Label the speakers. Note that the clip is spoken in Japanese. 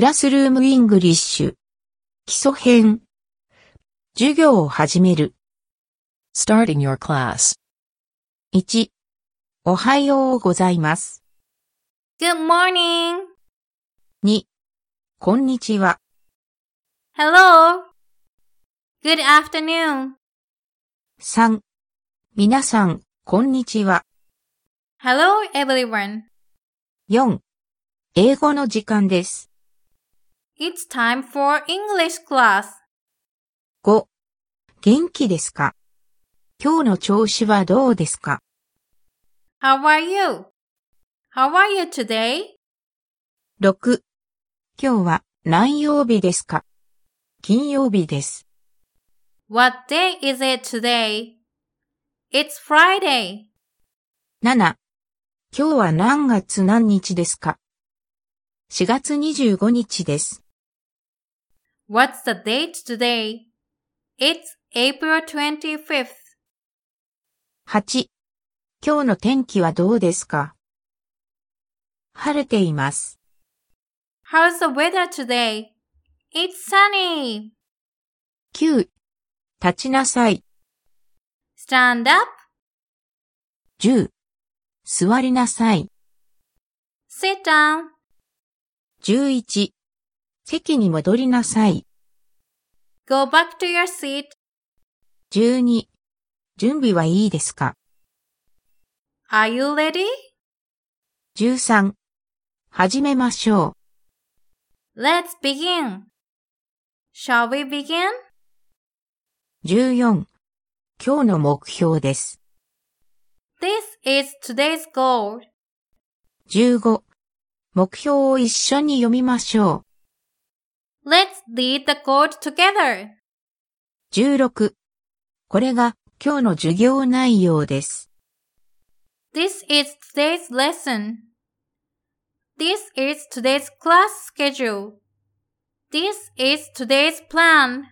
Speaker 1: ラスルームイングリッシュ。基礎編。授業を始める。
Speaker 2: Starting your class.
Speaker 1: 1。おはようございます。
Speaker 3: Good morning.
Speaker 1: 2。こんにちは。
Speaker 3: Hello. Good afternoon.
Speaker 1: 3。皆さん、こんにちは。
Speaker 3: Hello, everyone.
Speaker 1: 4。英語の時間です。
Speaker 3: It's time for English class.
Speaker 1: 5。元気ですか今日の調子はどうですか
Speaker 3: How are you? How are you today?
Speaker 1: 6. 今日は何曜日ですか金曜日です。
Speaker 3: What day is it today? It's Friday.
Speaker 1: 7. 今日は何月何日ですか ?4 月25日です。
Speaker 3: What's the date today? It's April 25th.
Speaker 1: 8. 今日の天気はどうですか晴れています。
Speaker 3: How's the weather today? It's sunny.
Speaker 1: 9. 立ちなさい。
Speaker 3: Stand up.
Speaker 1: 10. 座りなさい。
Speaker 3: Sit down.
Speaker 1: 11. 席に戻りなさい。
Speaker 3: Go back to your seat.
Speaker 1: 12. 準備はいいですか
Speaker 3: Are you ready?
Speaker 1: ?13. 始めましょう。
Speaker 3: Let's begin. Shall we begin?
Speaker 1: 14. 今日の目標です。
Speaker 3: This is today's goal.
Speaker 1: 15. 目標を一緒に読みましょ
Speaker 3: Let's read the code together.
Speaker 1: う。16. これが今日の授業内容です。
Speaker 3: This is today's lesson. This is today's class schedule. This is today's plan.